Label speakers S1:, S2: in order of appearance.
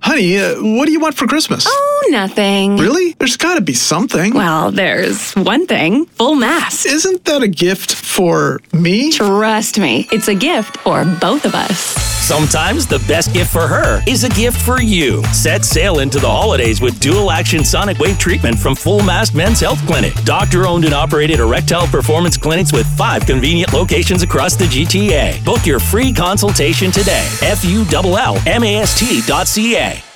S1: honey, uh, what do you want for Christmas?
S2: Oh, nothing.
S1: Really? There's got to be something.
S2: Well, there's one thing full mask.
S1: Isn't that a gift for me?
S2: Trust me, it's a gift for both of us.
S3: Sometimes the best gift for her is a gift for you. Set sail into the holidays with dual action sonic wave treatment from Full Mast Men's Health Clinic. Doctor owned and operated erectile performance clinics with five convenient locations across the GTA. Book your free consultation today. F U L L M A S T dot C A.